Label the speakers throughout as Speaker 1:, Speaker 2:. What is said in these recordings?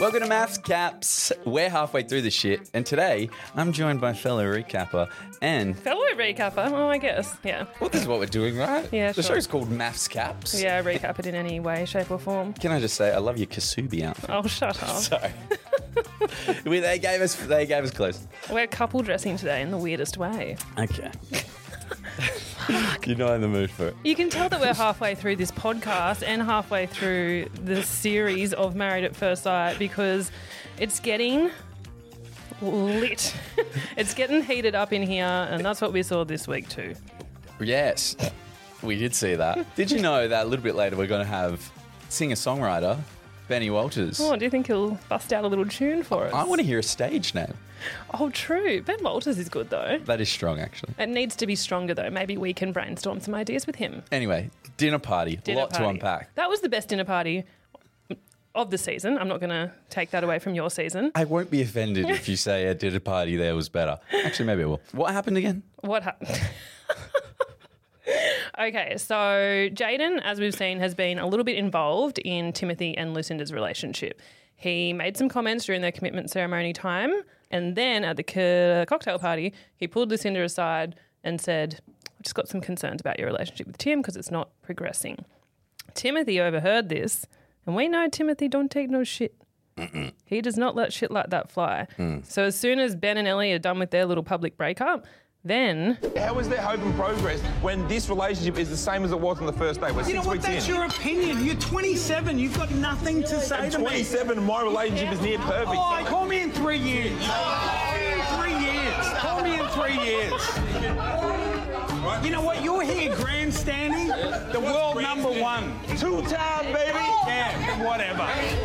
Speaker 1: Welcome to Maths Caps. We're halfway through the shit, and today I'm joined by fellow recapper and
Speaker 2: Fellow recapper. Oh, I guess. Yeah.
Speaker 1: well, this is what we're doing, right?
Speaker 2: Yeah,
Speaker 1: The
Speaker 2: sure.
Speaker 1: show's called Maths Caps.
Speaker 2: Yeah, recap it in any way, shape, or form.
Speaker 1: Can I just say I love your Kasubi outfit?
Speaker 2: Oh, shut up.
Speaker 1: Sorry. we, they gave us they gave us close.
Speaker 2: We're couple dressing today in the weirdest way.
Speaker 1: Okay. You're not in the mood for it.
Speaker 2: You can tell that we're halfway through this podcast and halfway through the series of Married at First Sight because it's getting lit. it's getting heated up in here, and that's what we saw this week, too.
Speaker 1: Yes, we did see that. did you know that a little bit later we're going to have singer songwriter Benny Walters?
Speaker 2: Oh, do you think he'll bust out a little tune for us?
Speaker 1: I want to hear a stage name.
Speaker 2: Oh, true. Ben Walters is good, though.
Speaker 1: That is strong, actually.
Speaker 2: It needs to be stronger, though. Maybe we can brainstorm some ideas with him.
Speaker 1: Anyway, dinner party.
Speaker 2: dinner
Speaker 1: lot to
Speaker 2: party.
Speaker 1: unpack.
Speaker 2: That was the best dinner party of the season. I'm not going to take that away from your season.
Speaker 1: I won't be offended if you say a dinner party there was better. Actually, maybe I will. What happened again?
Speaker 2: What happened? okay, so Jaden, as we've seen, has been a little bit involved in Timothy and Lucinda's relationship. He made some comments during their commitment ceremony time, and then at the co- cocktail party, he pulled Lucinda aside and said, I've just got some concerns about your relationship with Tim because it's not progressing. Timothy overheard this, and we know Timothy don't take no shit. He does not let shit like that fly.
Speaker 1: Hmm.
Speaker 2: So as soon as Ben and Ellie are done with their little public breakup, then
Speaker 3: How is there hope and progress when this relationship is the same as it was on the first day? We're
Speaker 4: You
Speaker 3: six
Speaker 4: know what?
Speaker 3: weeks
Speaker 4: That's
Speaker 3: in.
Speaker 4: your opinion. You're 27. You've got nothing to say
Speaker 3: I'm
Speaker 4: to me.
Speaker 3: 27 and my relationship is near perfect.
Speaker 4: Oh, call me in three years. Call me in three years. Call me in three years. You know what? You're here grandstanding. The world number one. Oh.
Speaker 3: Two time, baby.
Speaker 4: Yeah, whatever.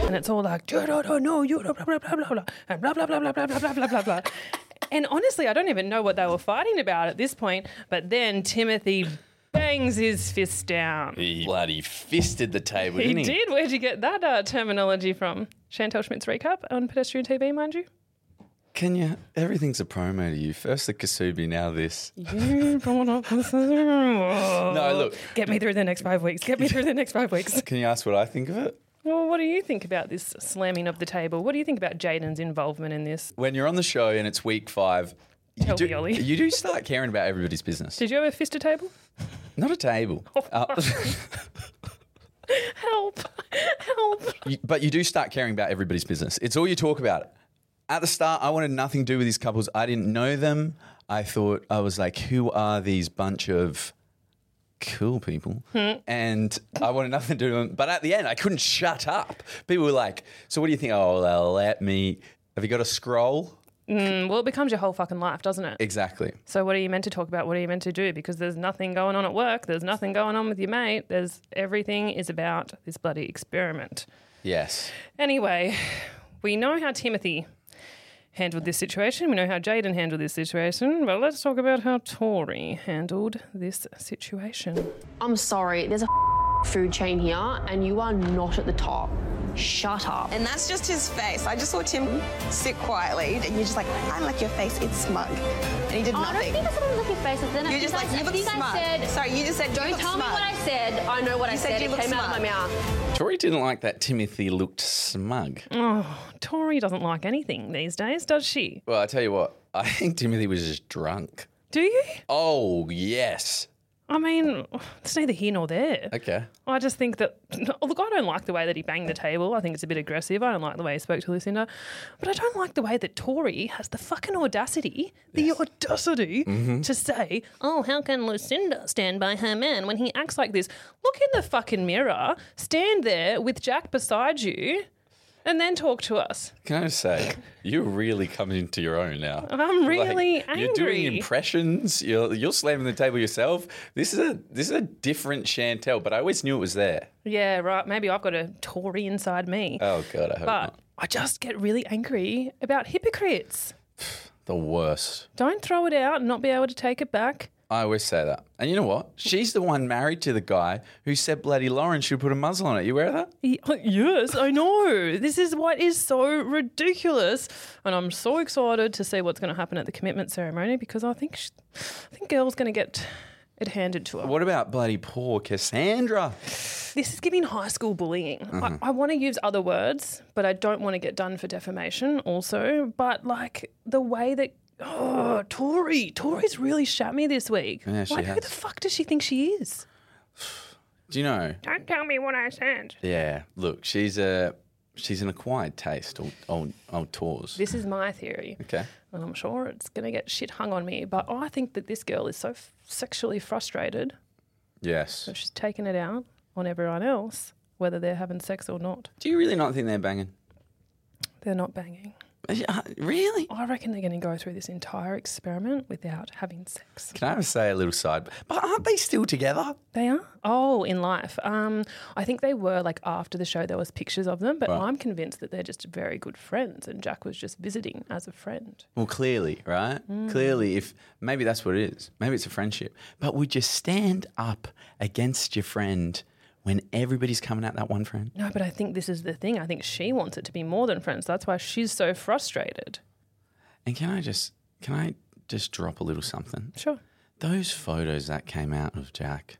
Speaker 2: and it's all like, you don't know, no, you don't, blah, blah, blah, blah, blah, and blah, blah, blah, blah, blah, blah, blah, blah, blah, blah. And honestly, I don't even know what they were fighting about at this point, but then Timothy bangs his fist down.
Speaker 1: He bloody fisted the table,
Speaker 2: He
Speaker 1: didn't he?
Speaker 2: did. Where'd you get that uh, terminology from? Chantel Schmidt's recap on pedestrian TV, mind you.
Speaker 1: Can you? Everything's a promo to you. First the Kasubi, now this.
Speaker 2: You brought up this- no,
Speaker 1: look.
Speaker 2: Get me through the next five weeks. Get me through the next five weeks.
Speaker 1: Can you ask what I think of it?
Speaker 2: Well, what do you think about this slamming of the table? What do you think about Jaden's involvement in this?
Speaker 1: When you're on the show and it's week five, you
Speaker 2: Tell
Speaker 1: do,
Speaker 2: me, Ollie.
Speaker 1: you do start caring about everybody's business.
Speaker 2: Did you ever fist a table?
Speaker 1: Not a table. Uh,
Speaker 2: Help! Help!
Speaker 1: you- but you do start caring about everybody's business. It's all you talk about. At the start, I wanted nothing to do with these couples. I didn't know them. I thought I was like, who are these bunch of cool people? And I wanted nothing to do with them. But at the end, I couldn't shut up. People were like, so what do you think? Oh, well, let me. Have you got a scroll?
Speaker 2: Well, it becomes your whole fucking life, doesn't it?
Speaker 1: Exactly.
Speaker 2: So, what are you meant to talk about? What are you meant to do? Because there's nothing going on at work. There's nothing going on with your mate. There's everything is about this bloody experiment.
Speaker 1: Yes.
Speaker 2: Anyway, we know how Timothy handled this situation. We know how Jaden handled this situation. But let's talk about how Tori handled this situation.
Speaker 5: I'm sorry, there's a food chain here and you are not at the top. Shut up.
Speaker 6: And that's just his face. I just saw Tim sit quietly, and you're just like, I like your face. It's smug, and he did
Speaker 5: Oh, I don't
Speaker 6: nothing.
Speaker 5: think it's something like your face. Then
Speaker 6: You're just like, you look smug. Sorry, you just said you
Speaker 5: Don't
Speaker 6: look
Speaker 5: tell
Speaker 6: smug.
Speaker 5: me what I said. I know what
Speaker 6: You
Speaker 5: I
Speaker 6: said
Speaker 5: said.
Speaker 6: you
Speaker 5: it
Speaker 6: look
Speaker 5: came out of my
Speaker 6: smug.
Speaker 5: mouth.
Speaker 1: Tori didn't like that Timothy looked smug.
Speaker 2: Tori doesn't like anything these days, does she?
Speaker 1: Well, I tell you what, I think Timothy was just drunk.
Speaker 2: Do you?
Speaker 1: Oh, yes.
Speaker 2: I mean, it's neither here nor there.
Speaker 1: Okay.
Speaker 2: I just think that look, I don't like the way that he banged the table. I think it's a bit aggressive. I don't like the way he spoke to Lucinda, but I don't like the way that Tori has the fucking audacity, the audacity
Speaker 1: Mm-hmm.
Speaker 2: to say, "Oh, how can Lucinda stand by her man when he acts like this?" Look in the fucking mirror. Stand there with Jack beside you, and then talk to us.
Speaker 1: Can I just say, you're really coming into your own now.
Speaker 2: I'm really angry.
Speaker 1: You're doing impressions. You're, you're slamming the table yourself. This is a this is a different Chantel, but I always knew it was there.
Speaker 2: Yeah, right. Maybe I've got a Tory inside me.
Speaker 1: Oh god, I hope
Speaker 2: but
Speaker 1: not.
Speaker 2: I just get really angry about hypocrites.
Speaker 1: The worst.
Speaker 2: Don't throw it out and not be able to take it back.
Speaker 1: I always say that. And you know what? She's the one married to the guy who said bloody Lauren should put a muzzle on it. You aware of that?
Speaker 2: Y- oh, Yes, I know. This is what is so ridiculous, and I'm so excited to see what's going to happen at the commitment ceremony because I think sh I think girl's going to get it handed to her.
Speaker 1: What about bloody poor Cassandra?
Speaker 2: This is giving high school bullying.
Speaker 1: Uh-huh.
Speaker 2: I, I want to use other words, but I don't want to get done for defamation also. But like the way that, oh, Tori, Tori's really shat me this week.
Speaker 1: Yeah, she
Speaker 2: like, who
Speaker 1: has.
Speaker 2: the fuck does she think she is?
Speaker 1: Do you know?
Speaker 2: Don't tell me what I said.
Speaker 1: Yeah. Look, she's a she's an acquired taste. Old old, old tours.
Speaker 2: This is my theory.
Speaker 1: Okay.
Speaker 2: And I'm sure it's going to get shit hung on me, but I think that this girl is so f- sexually frustrated.
Speaker 1: Yes.
Speaker 2: She's taking it out on everyone else, whether they're having sex or not.
Speaker 1: Do you really not think they're banging?
Speaker 2: They're not banging.
Speaker 1: Uh, Really?
Speaker 2: I reckon they're going to go through this entire experiment without having sex.
Speaker 1: Can I just say a little side? But aren't they still together?
Speaker 2: They are. Oh, in life. Um, I think they were like after the show. There was pictures of them, but I'm convinced that they're just very good friends, and Jack was just visiting as a friend.
Speaker 1: Well, clearly, right?
Speaker 2: Mm.
Speaker 1: Clearly, if maybe that's what it is. Maybe it's a friendship. But would you stand up against your friend when everybody's coming at that one friend?
Speaker 2: No, but I think this is the thing. I think she wants it to be more than friends. That's why she's so frustrated.
Speaker 1: And can I just can I just drop a little something?
Speaker 2: Sure.
Speaker 1: Those photos that came out of Jack,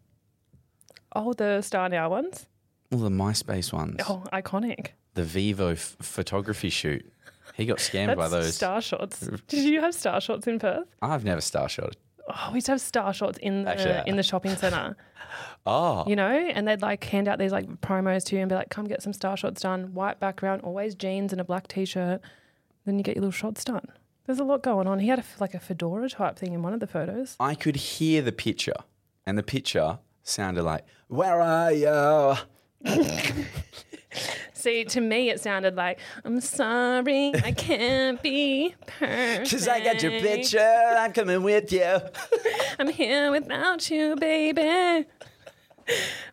Speaker 2: Oh, the Star Now ones.
Speaker 1: all the MySpace ones,
Speaker 2: Oh, iconic.
Speaker 1: the Vivo f- photography shoot. He got scammed
Speaker 2: That's
Speaker 1: by those.
Speaker 2: star shots. Did you have star shots in Perth?
Speaker 1: I've never star shot.
Speaker 2: Oh, we used to have star shots in the
Speaker 1: Actually, I-
Speaker 2: in the shopping centre.
Speaker 1: Oh,
Speaker 2: you know, and they'd like hand out these like promos to you and be like, come get some star shots done, white background, always jeans and a black t shirt. Then you get your little shots done. There's a lot going on. He had a, f- like a fedora type thing in one of the photos.
Speaker 1: I could hear the picture, and the picture sounded like "Where are you?"
Speaker 2: See, to me, it sounded like, I'm sorry, I can't be perfect.
Speaker 1: Cause I got your picture. I'm coming with you.
Speaker 2: I'm here without you, baby.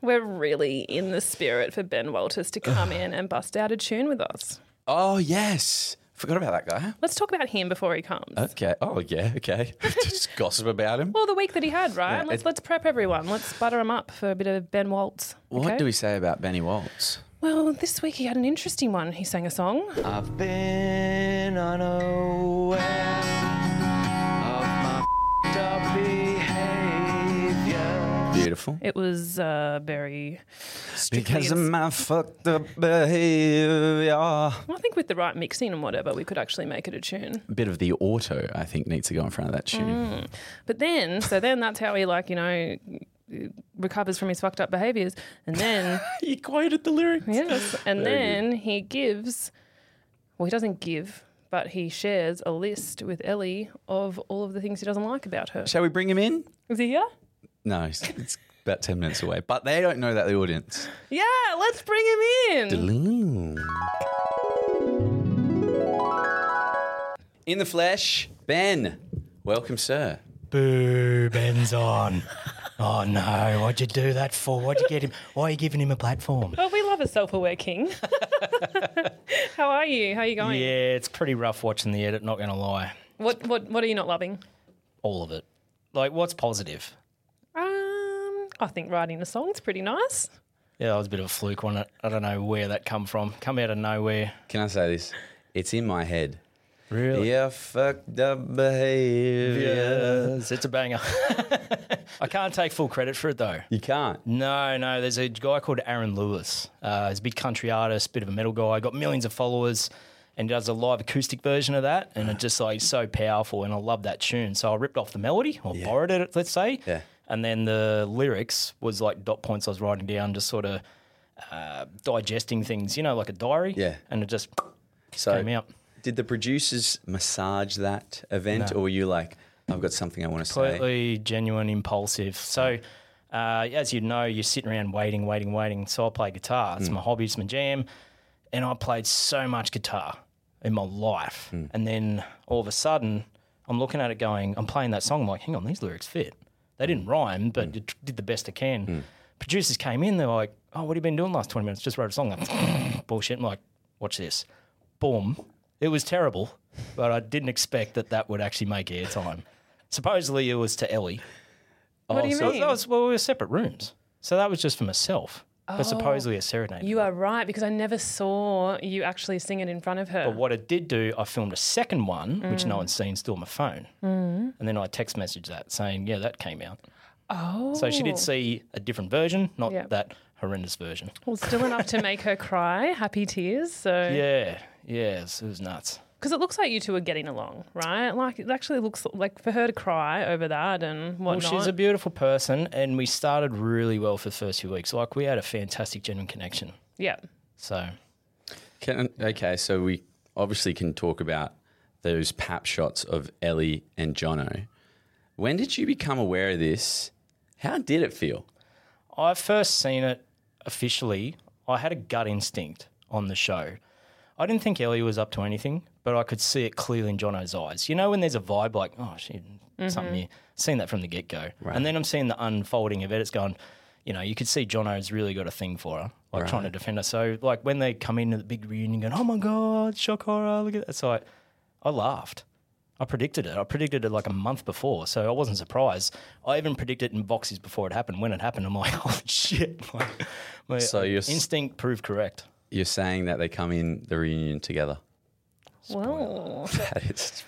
Speaker 2: We're really in the spirit for Ben Walters to come in and bust out a tune with us.
Speaker 1: Oh yes, forgot about that guy.
Speaker 2: Let's talk about him before he comes.
Speaker 1: Okay. Oh yeah. Okay. Just gossip about him.
Speaker 2: Well, the week that he had, right? let's,
Speaker 1: it-
Speaker 2: let's prep everyone. Let's butter him up for a bit of Ben Waltz.
Speaker 1: What
Speaker 2: okay?
Speaker 1: do we say about Benny Waltz?
Speaker 2: Well, this week he had an interesting one. He sang a song.
Speaker 7: I've been unaware of my up behavior.
Speaker 1: Beautiful.
Speaker 2: It was uh, very strictly
Speaker 1: Because of
Speaker 2: ins-
Speaker 1: my fucked up behavior.
Speaker 2: Well, I think with the right mixing and whatever, we could actually make it a tune.
Speaker 1: A bit of the auto, I think, needs to go in front of that tune.
Speaker 2: Mm. But then, so then that's how he like you know recovers from his fucked up behaviours, and then
Speaker 1: He quoted the lyrics.
Speaker 2: yes, and then he gives. Well, he doesn't give, but he shares a list with Ellie of all of the things he doesn't like about her.
Speaker 1: Shall we bring him in?
Speaker 2: Is he here?
Speaker 1: No, it's, it's about 10 minutes away. But they don't know that, the audience.
Speaker 2: Yeah, let's bring him in.
Speaker 1: In the flesh, Ben. Welcome, sir.
Speaker 7: Boo, Ben's on. Oh no, what'd you do that for? Why'd you get him? Why are you giving him a platform?
Speaker 2: Well, Oh, we love a self-aware king. How are you? How are you
Speaker 7: Yeah,
Speaker 2: going?
Speaker 7: it's pretty rough watching the edit, not gonna lie.
Speaker 2: What what what are you not loving?
Speaker 7: All of it. Like, what's positive?
Speaker 2: Um, I think writing a song's pretty nice.
Speaker 7: Yeah, that was a bit of a fluke on it. I don't know where that come from. Come out of nowhere.
Speaker 1: Can I say this? It's in my head.
Speaker 7: Really?
Speaker 1: Yeah, fucked up behavior.
Speaker 7: Yes, it's a banger. I can't take full credit for it though.
Speaker 1: You can't.
Speaker 7: No, no. There's a guy called Aaron Lewis. Uh, he's a big country artist, bit of a metal guy. Got millions of followers,
Speaker 8: and does a live acoustic version of that, and it just like so powerful, and I love that tune. So I ripped off the melody or borrowed it, let's say, yeah. and then the lyrics was like dot points I was writing down, just sort of uh, digesting things, you know, like a diary,
Speaker 1: Yeah.
Speaker 8: and it just
Speaker 1: So
Speaker 8: came out.
Speaker 1: Did the producers massage that event,
Speaker 8: No.
Speaker 1: or were you like, I've got something I want to say?
Speaker 8: completely genuine, impulsive. So, uh, as you know, you're sitting around waiting, waiting, waiting. So I play guitar. It's
Speaker 2: Hmm.
Speaker 1: Mm.
Speaker 8: my hobby. It's my jam. And I played so much guitar in my life.
Speaker 3: Hmm.
Speaker 8: And then all of a sudden, I'm looking at it going, I'm playing that song. I'm like, hang on, these lyrics fit. They didn't rhyme,
Speaker 3: Hmm.
Speaker 8: but it did the best I can. Producers came in. They're like, oh, what have you been doing the last 20 minutes? Just wrote a song. Like, bullshit. I'm like, watch this. Boom. It was terrible, but I didn't expect that that would actually make airtime. Supposedly it was to Ellie.
Speaker 7: Oh,
Speaker 2: What do you
Speaker 8: so
Speaker 2: mean?
Speaker 8: That was, well, we were separate rooms. So that was just for myself,
Speaker 2: Oh.
Speaker 8: but supposedly a serenade.
Speaker 2: You are right because I never saw you actually sing it in front of her.
Speaker 8: But what I did do, I filmed a second one, which
Speaker 2: Mm.
Speaker 8: no one's seen, still on my phone.
Speaker 2: Mm.
Speaker 8: And then I text messaged that saying, yeah, that came out.
Speaker 2: Oh.
Speaker 8: So she did see a different version, not
Speaker 2: Yep.
Speaker 8: that horrendous version.
Speaker 2: Well, still enough to make her cry, happy tears. So
Speaker 8: Yeah, yeah, it was, it was nuts.
Speaker 2: Because it looks like you two are getting along, right? Like it actually looks like for her to cry over that and whatnot.
Speaker 8: Well, she's a beautiful person, and we started really well for the first few weeks. Like we had a fantastic, genuine connection.
Speaker 2: yeah.
Speaker 8: So
Speaker 1: Can, okay, so we obviously can talk about those pap shots of Ellie and Jono. When did you become aware of this? How did it feel?
Speaker 8: I first seen it officially. I had a gut instinct on the show. I didn't think Ellie was up to anything, but I could see it clearly in Jono's eyes. You know when there's a vibe like, oh, she something
Speaker 2: Mm-hmm.
Speaker 7: Mhm.
Speaker 8: here. Seen that from the get go, and then I'm seeing the unfolding of it. It's gone. You know, you could see Jono's really got a thing for her, like trying to
Speaker 7: Right.
Speaker 8: defend her. So, like when they come into the big reunion, going, "Oh my god, shock horror!" Look at that. So, I, I laughed. I predicted it. I predicted it like a month before, so I wasn't surprised. I even predicted it in boxes before it happened. When it happened, I'm like, "Holy shit!" Like, my
Speaker 1: So you're s-
Speaker 8: instinct proved correct.
Speaker 1: You're saying that they come in the reunion together.
Speaker 2: Well,
Speaker 1: That is,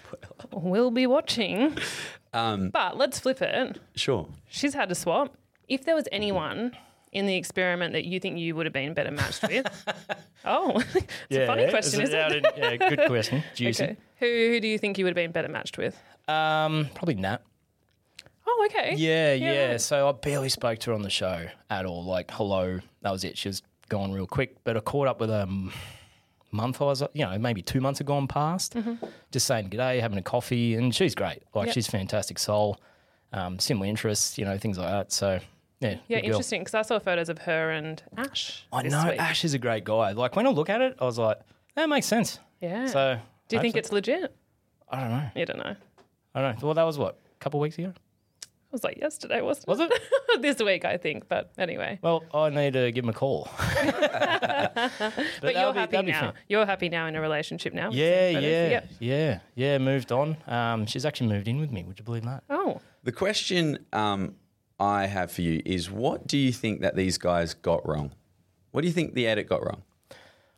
Speaker 2: we'll be watching.
Speaker 1: um,
Speaker 2: But let's flip it.
Speaker 1: sure.
Speaker 2: She's had a swap. If there was anyone in the experiment that you think you would have been better matched with, oh, it's a funny question,
Speaker 8: is
Speaker 2: isn't it?
Speaker 8: it? Yeah, good question. Juicy.
Speaker 2: Okay. Who, who do you think you would have been better matched with?
Speaker 8: Um, probably Nat.
Speaker 2: Oh, okay.
Speaker 8: Yeah, yeah.
Speaker 2: right.
Speaker 8: So I barely spoke to her on the show at all. Like, hello, that was it. She was gone real quick. But I caught up with her um, month. I was, you know, maybe two months had gone past. Just saying g'day, having a coffee, and she's great. Like,
Speaker 2: Yep.
Speaker 8: she's fantastic soul, um, similar interests, you know, things like that. So yeah,
Speaker 2: Yeah,
Speaker 8: good girl.
Speaker 2: interesting. Because I saw photos of her and Ash.
Speaker 8: I
Speaker 2: this
Speaker 8: know
Speaker 2: week.
Speaker 8: Ash is a great guy. Like when I look at it, I was like, that makes sense.
Speaker 2: Yeah.
Speaker 8: So
Speaker 2: do you think
Speaker 8: hopefully-
Speaker 2: it's legit?
Speaker 8: I don't know.
Speaker 2: You don't know.
Speaker 8: I don't know. Well, that was what a couple weeks ago.
Speaker 2: It was like yesterday, wasn't was it? Was it? this week, I think. But anyway.
Speaker 8: Well, I need to give him a call.
Speaker 2: But,
Speaker 8: that'll
Speaker 2: you're
Speaker 8: be-
Speaker 2: happy
Speaker 8: that'll be
Speaker 2: now.
Speaker 8: fun.
Speaker 2: You're happy now in a relationship now.
Speaker 8: Yeah,
Speaker 2: But it's-
Speaker 8: yeah,
Speaker 2: yep.
Speaker 8: yeah, yeah. Moved on. Um, she's actually moved in with me. Would you believe that?
Speaker 2: Oh.
Speaker 1: The question um, I have for you is what do you think that these guys got wrong? What do you think the edit got wrong?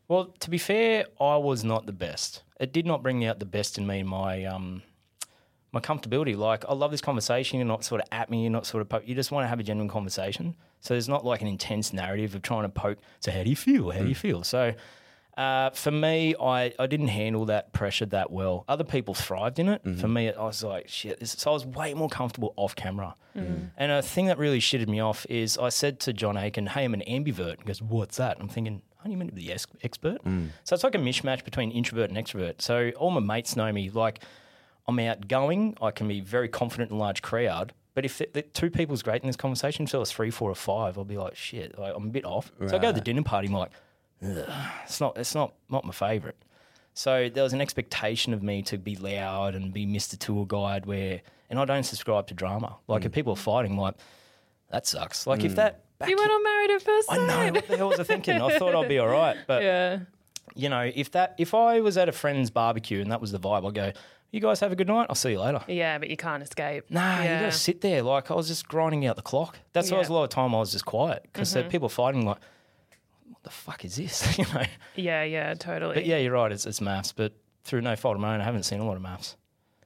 Speaker 8: Well, to be fair, I was not the best. It did not bring out the best in me. My um, my comfortability. Like I love this conversation. You're not sort of at me. You're not sort of. Poke. You just want to have a genuine conversation. So there's not like an intense narrative of trying to poke. So how do you feel? How do you feel? So. Uh, for me, I, I didn't handle that pressure that well. Other people thrived in it. For me, I was like, shit. This, so I was way more comfortable off camera.
Speaker 7: Mm.
Speaker 8: And a thing that really shitted me off is I said to John Aiken, hey, I'm an ambivert. He goes, what's that? I'm thinking, aren't you meant to be the ex- expert? So it's like a mishmash between introvert and extrovert. So all my mates know me. Like I'm outgoing, I can be very confident in a large crowd. But if the, the two people's great in this conversation, if there was three, four, or five, I'll be like, shit, like, I'm a bit off. So I go to the
Speaker 7: Right.
Speaker 8: dinner party, I'm like, Ugh, it's not, it's not, not my favorite. So there was an expectation of me to be loud and be Mr. Tour Guide, where, and I don't subscribe to drama. Like if people are fighting, I'm like that sucks. Like if
Speaker 2: Mm.
Speaker 8: that
Speaker 2: you went on married at first sight.
Speaker 8: I know. What the hell was I thinking? I thought I'd be all right, but
Speaker 2: yeah.
Speaker 8: you know, if that if I was at a friend's barbecue and that was the vibe, I'd go, "You guys have a good night. I'll see you later."
Speaker 2: Yeah, but you can't escape.
Speaker 8: Nah,
Speaker 2: yeah.
Speaker 8: you gotta sit there. Like I was just grinding out the clock. That's why I was a
Speaker 2: Yeah.
Speaker 8: lot of time I was just quiet because
Speaker 2: Mhm.
Speaker 8: there were people fighting. Like, what the fuck is this? you know.
Speaker 2: Yeah, yeah, totally.
Speaker 8: But yeah, you're right. It's, it's maths, but through no fault of my own, I haven't seen a lot of maths.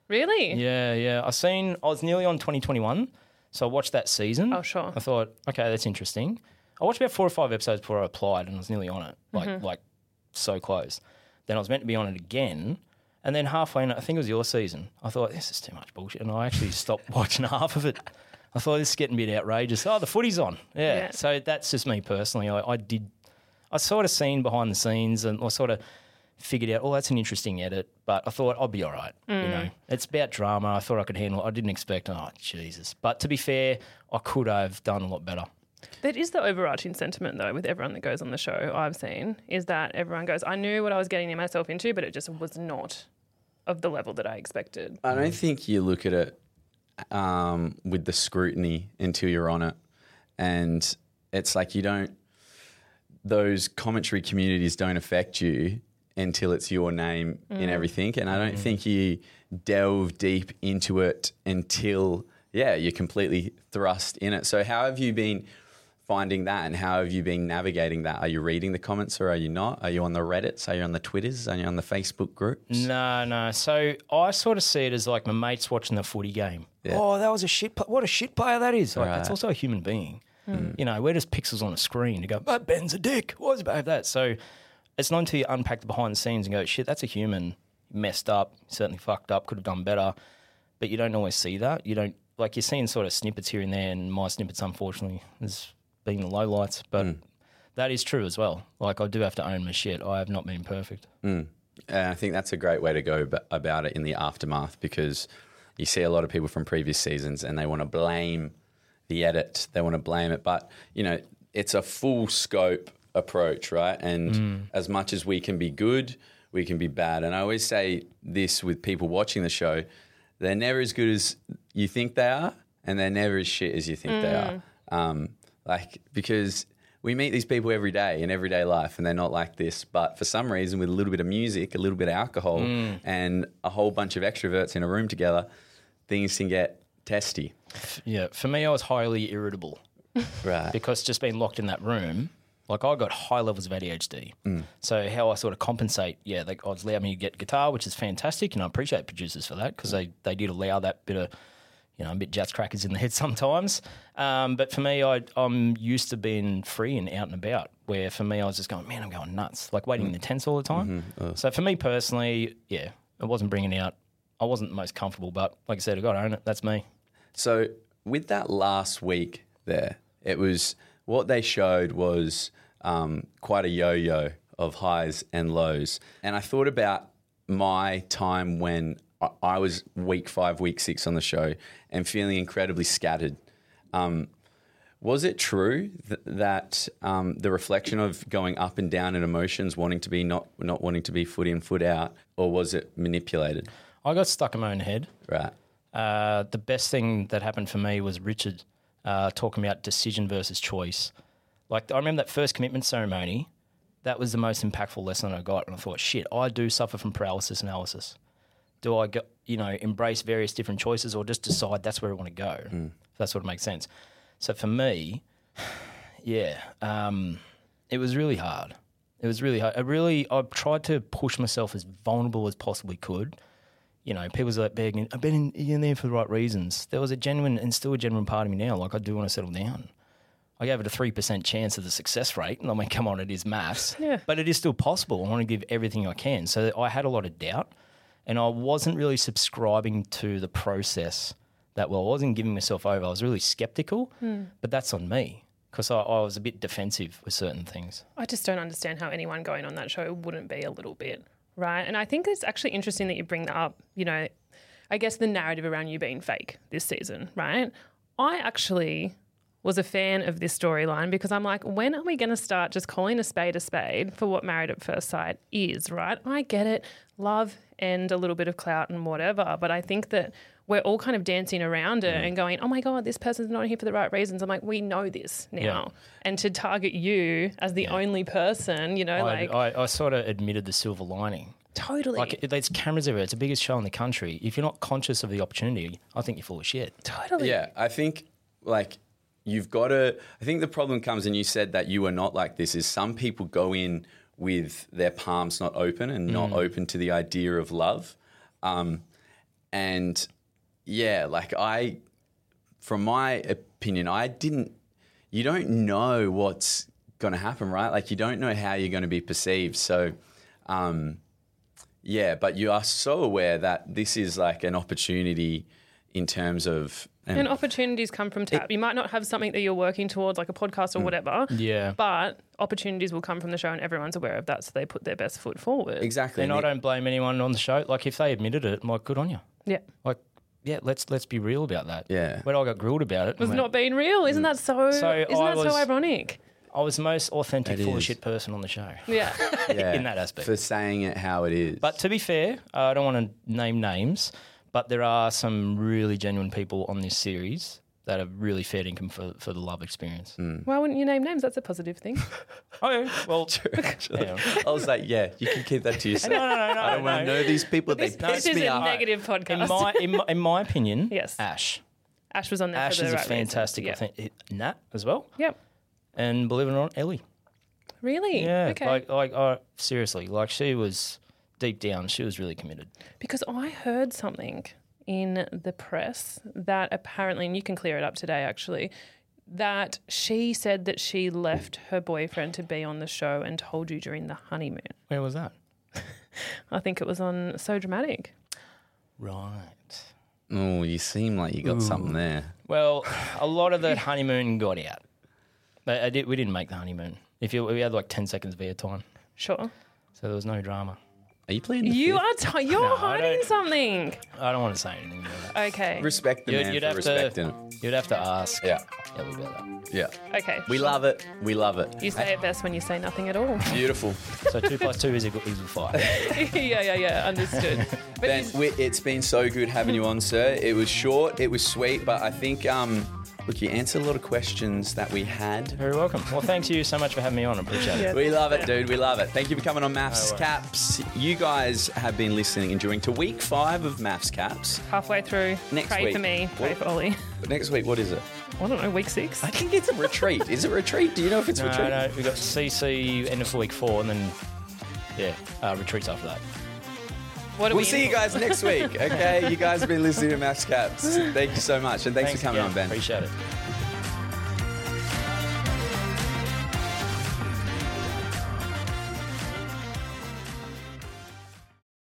Speaker 2: Really?
Speaker 8: Yeah, yeah. I seen. I was nearly on 2021, so I watched that season. Oh, sure. I thought, okay, that's interesting. I watched about four or five episodes before I applied, and I was nearly on it, like
Speaker 2: Mhm.
Speaker 8: like so close. Then I was meant to be on it again. And then halfway in, I think it was your season, I thought, this is too much bullshit. And I actually stopped watching half of it. I thought, this is getting a bit outrageous. Oh, the footy's on. Yeah.
Speaker 2: Yeah.
Speaker 8: So that's just me personally. I, I did, I sort of seen behind the scenes and I sort of figured out, oh, that's an interesting edit. But I thought, I'll be all right. You
Speaker 9: Mm.
Speaker 8: know, it's about drama. I thought I could handle it. I didn't expect, oh, Jesus. But to be fair, I could have done a lot better.
Speaker 2: That is the overarching sentiment, though, with everyone that goes on the show I've seen, is that everyone goes, I knew what I was getting myself into, but it just was not of the level that I expected.
Speaker 1: I don't think you look at it um, with the scrutiny until you're on it. And it's like you don't, those commentary communities don't affect you until it's your name
Speaker 10: Mm.
Speaker 1: in everything. And I don't think you delve deep into it until, yeah, you're completely thrust in it. So, how have you been finding that and how have you been navigating that? Are you reading the comments or are you not? Are you on the Reddits? Are you on the Twitters? Are you on the Facebook group?
Speaker 8: No, no. So I sort of see it as like my mates watching the footy game.
Speaker 1: Yeah.
Speaker 8: Oh, that was a shit. Pl- what a shit player that is. Like,
Speaker 1: Right.
Speaker 8: that's also a human being. You know, we're just pixels on a screen to go. But Ben's a dick. Why's about that? So it's not until you unpack the behind the scenes and go, shit, that's a human messed up, certainly fucked up, could have done better. But you don't always see that. You don't like you're seeing sort of snippets here and there, and my snippets, unfortunately, has been the lowlights. But that is true as well. Like I do have to own my shit. I have not been perfect.
Speaker 1: Mm. And I think that's a great way to go ab- about it in the aftermath because you see a lot of people from previous seasons and they want to blame the edit, they want to blame it. But, you know, it's a full scope approach, right? And
Speaker 10: Mm.
Speaker 1: as much as we can be good, we can be bad. And I always say this with people watching the show they're never as good as you think they are, and they're never as shit as you think they are.
Speaker 10: Mm.
Speaker 1: Um, like because we meet these people every day in everyday life, and they're not like this. But for some reason, with a little bit of music, a little bit of alcohol,
Speaker 8: Mm.
Speaker 1: and a whole bunch of extroverts in a room together, things can get testy.
Speaker 8: Yeah, for me, I was highly irritable.
Speaker 1: Right.
Speaker 8: Because just being locked in that room, like I got high levels of ADHD.
Speaker 1: Mm.
Speaker 8: So how I sort of compensate, yeah, like odds allowed me to get guitar, which is fantastic, and I appreciate producers for that because they they did allow that bit of, you know, a bit jazz crackers in the head sometimes. Um, but for me, I I'm used to being free and out and about. Where for me, I was just going, man, I'm going nuts, like waiting in the tents all the time. So for me personally, yeah, it wasn't bringing out. I wasn't the most comfortable, but like I said, I got to own it. That's me.
Speaker 1: So with that last week there, it was what they showed was um, quite a yo-yo of highs and lows, and I thought about my time when I- I was week five, week six on the show, and feeling incredibly scattered. Um, was it true th- that um, the reflection of going up and down in emotions, wanting to be not not wanting to be foot in, foot out, or was it manipulated?
Speaker 8: I got stuck in my own head.
Speaker 1: Right.
Speaker 8: Uh, the best thing that happened for me was Richard uh, talking about decision versus choice. Like I remember that first commitment ceremony. That was the most impactful lesson I got, and I thought, shit, I do suffer from paralysis analysis. Do I go, you know, embrace various different choices, or just decide that's where I want to go? If that sort of makes sense. So for me, yeah, um, it was really hard. It was really hard. I really, I tried to push myself as vulnerable as possibly could. You know, people's like begging, I've been in, in there for the right reasons. There was a genuine and still a genuine part of me now. Like, I do want to settle down. I gave it a 3% chance of the success rate. And I mean, come on, it is maths.
Speaker 2: Yeah.
Speaker 8: But it is still possible. I want to give everything I can. So I had a lot of doubt and I wasn't really subscribing to the process that well. I wasn't giving myself over. I was really skeptical,
Speaker 2: Hmm.
Speaker 8: but that's on me because I, I was a bit defensive with certain things.
Speaker 2: I just don't understand how anyone going on that show wouldn't be a little bit, right? And I think it's actually interesting that you bring that up. You know, I guess the narrative around you being fake this season, right? I actually was a fan of this storyline because I'm like, when are we going to start just calling a spade a spade for what Married at First Sight is, right? I get it, love and a little bit of clout and whatever, but I think that we're all kind of dancing around it
Speaker 8: Mm.
Speaker 2: and going, oh my God, this person's not here for the right reasons. I'm like, we know this now.
Speaker 8: Yeah.
Speaker 2: And to target you as the only person, you know,
Speaker 8: I,
Speaker 2: like,
Speaker 8: I, I sort of admitted the silver lining.
Speaker 2: totally.
Speaker 8: Like, it- there's cameras everywhere. It's the biggest show in the country. If you're not conscious of the opportunity, I think you're full of shit.
Speaker 2: Totally.
Speaker 1: Yeah, I think like you've got to. I think the problem comes, and you said that you were not like this. Is some people go in with their palms not open and not
Speaker 10: Mm.
Speaker 1: open to the idea of love, um, and yeah, like I, from my opinion, I didn't. You don't know what's going to happen, right? Like you don't know how you're going to be perceived. So, um, Yeah, but you are so aware that this is like an opportunity in terms of
Speaker 2: And, opportunities come from tap. you might not have something that you're working towards, like a podcast or whatever.
Speaker 7: Mm. Yeah.
Speaker 2: But opportunities will come from the show, and everyone's aware of that, so they put their best foot forward.
Speaker 7: And I don't blame anyone on the show. Like if they admitted it, I'm like, good on you.
Speaker 2: Yeah.
Speaker 7: Like, yeah, let's let's be real about that.
Speaker 1: Yeah.
Speaker 7: When I got grilled about it, I
Speaker 2: Was
Speaker 7: went,
Speaker 2: not being real. Isn't that so?
Speaker 7: Mm. So
Speaker 2: isn't
Speaker 7: I
Speaker 2: that
Speaker 7: was-
Speaker 2: so ironic?
Speaker 7: I was the most authentic
Speaker 1: It
Speaker 7: full of
Speaker 1: is.
Speaker 7: shit person on the show.
Speaker 2: Yeah.
Speaker 7: in that aspect.
Speaker 1: for saying it how it is.
Speaker 7: But to be fair, uh, I don't want to name names, but there are some really genuine people on this series that have really fair income for, for the love experience.
Speaker 2: Why wouldn't you name names? That's a positive thing.
Speaker 7: oh well.
Speaker 1: I was like, yeah, you can keep that to yourself.
Speaker 7: No, no, no, no,
Speaker 1: I don't want to
Speaker 7: no.
Speaker 1: know these people. They
Speaker 2: this
Speaker 1: piss
Speaker 2: is
Speaker 1: me
Speaker 2: a
Speaker 1: off.
Speaker 2: negative podcast.
Speaker 7: In my, in my in my opinion,
Speaker 2: Yes.
Speaker 7: Ash.
Speaker 2: Ash was on there
Speaker 7: Ash
Speaker 2: for the
Speaker 7: is
Speaker 2: right
Speaker 7: a fantastic
Speaker 2: Reasons.
Speaker 7: I think, Nat as well.
Speaker 2: Yep.
Speaker 7: And believe it or not, Ellie.
Speaker 2: Really?
Speaker 7: Yeah.
Speaker 2: Okay.
Speaker 7: Like like uh, seriously, like she was deep down, she was really committed.
Speaker 2: Because I heard something in the press that apparently, and you can clear it up today actually, that she said that she left her boyfriend to be on the show and told you during the honeymoon.
Speaker 7: Where was that?
Speaker 2: I think it was on So Dramatic.
Speaker 7: Right.
Speaker 1: Oh, you seem like you got something there.
Speaker 7: Well, a lot of the honeymoon got out. But I did, we didn't make the honeymoon. If you, we had like ten seconds of airtime,
Speaker 2: Sure.
Speaker 7: so there was no drama.
Speaker 1: Are you playing?
Speaker 2: You are t- you're
Speaker 7: No, I
Speaker 2: hiding
Speaker 7: don't-
Speaker 2: something.
Speaker 7: I don't want to say anything. About that.
Speaker 2: Okay.
Speaker 1: Respect the
Speaker 7: You'd-
Speaker 1: man
Speaker 7: you'd
Speaker 1: for
Speaker 7: have to-
Speaker 1: respecting
Speaker 7: You'd have to ask.
Speaker 1: Yeah.
Speaker 7: Ellie about
Speaker 1: it.
Speaker 7: that.
Speaker 1: Yeah.
Speaker 2: Okay.
Speaker 1: We love it. We love it.
Speaker 2: You say it best when you say nothing at all.
Speaker 1: Beautiful.
Speaker 7: So two plus two is equal, is five.
Speaker 2: yeah, yeah, yeah. Understood. But
Speaker 1: Ben,
Speaker 2: is-
Speaker 1: we, it's been so good having you on, sir. It was short, it was sweet, but I think, um, look, you answered a lot of questions that we had.
Speaker 7: Very welcome. Well, thank you so much for having me on. I appreciate it.
Speaker 1: We love it, dude. We love it. Thank you for coming on Maths Caps. You guys have been listening and doing to week five of Maths Caps.
Speaker 2: halfway through.
Speaker 1: Next
Speaker 2: pray
Speaker 1: week.
Speaker 2: for me. Pray
Speaker 1: What-
Speaker 2: for Ollie.
Speaker 1: Next week, what is it?
Speaker 2: I don't know. Week six.
Speaker 1: I think it's a retreat. is it retreat? Do you know if it's
Speaker 7: No,
Speaker 1: retreat?
Speaker 7: no, we got CC end of week four, and then yeah, uh, retreats after that.
Speaker 2: What are
Speaker 1: We'll
Speaker 2: we
Speaker 1: see you guys next week. Okay, you guys have been listening to Maths Caps. Thank you so much, and thanks, for coming
Speaker 7: again.
Speaker 1: on, Ben.
Speaker 7: Appreciate it.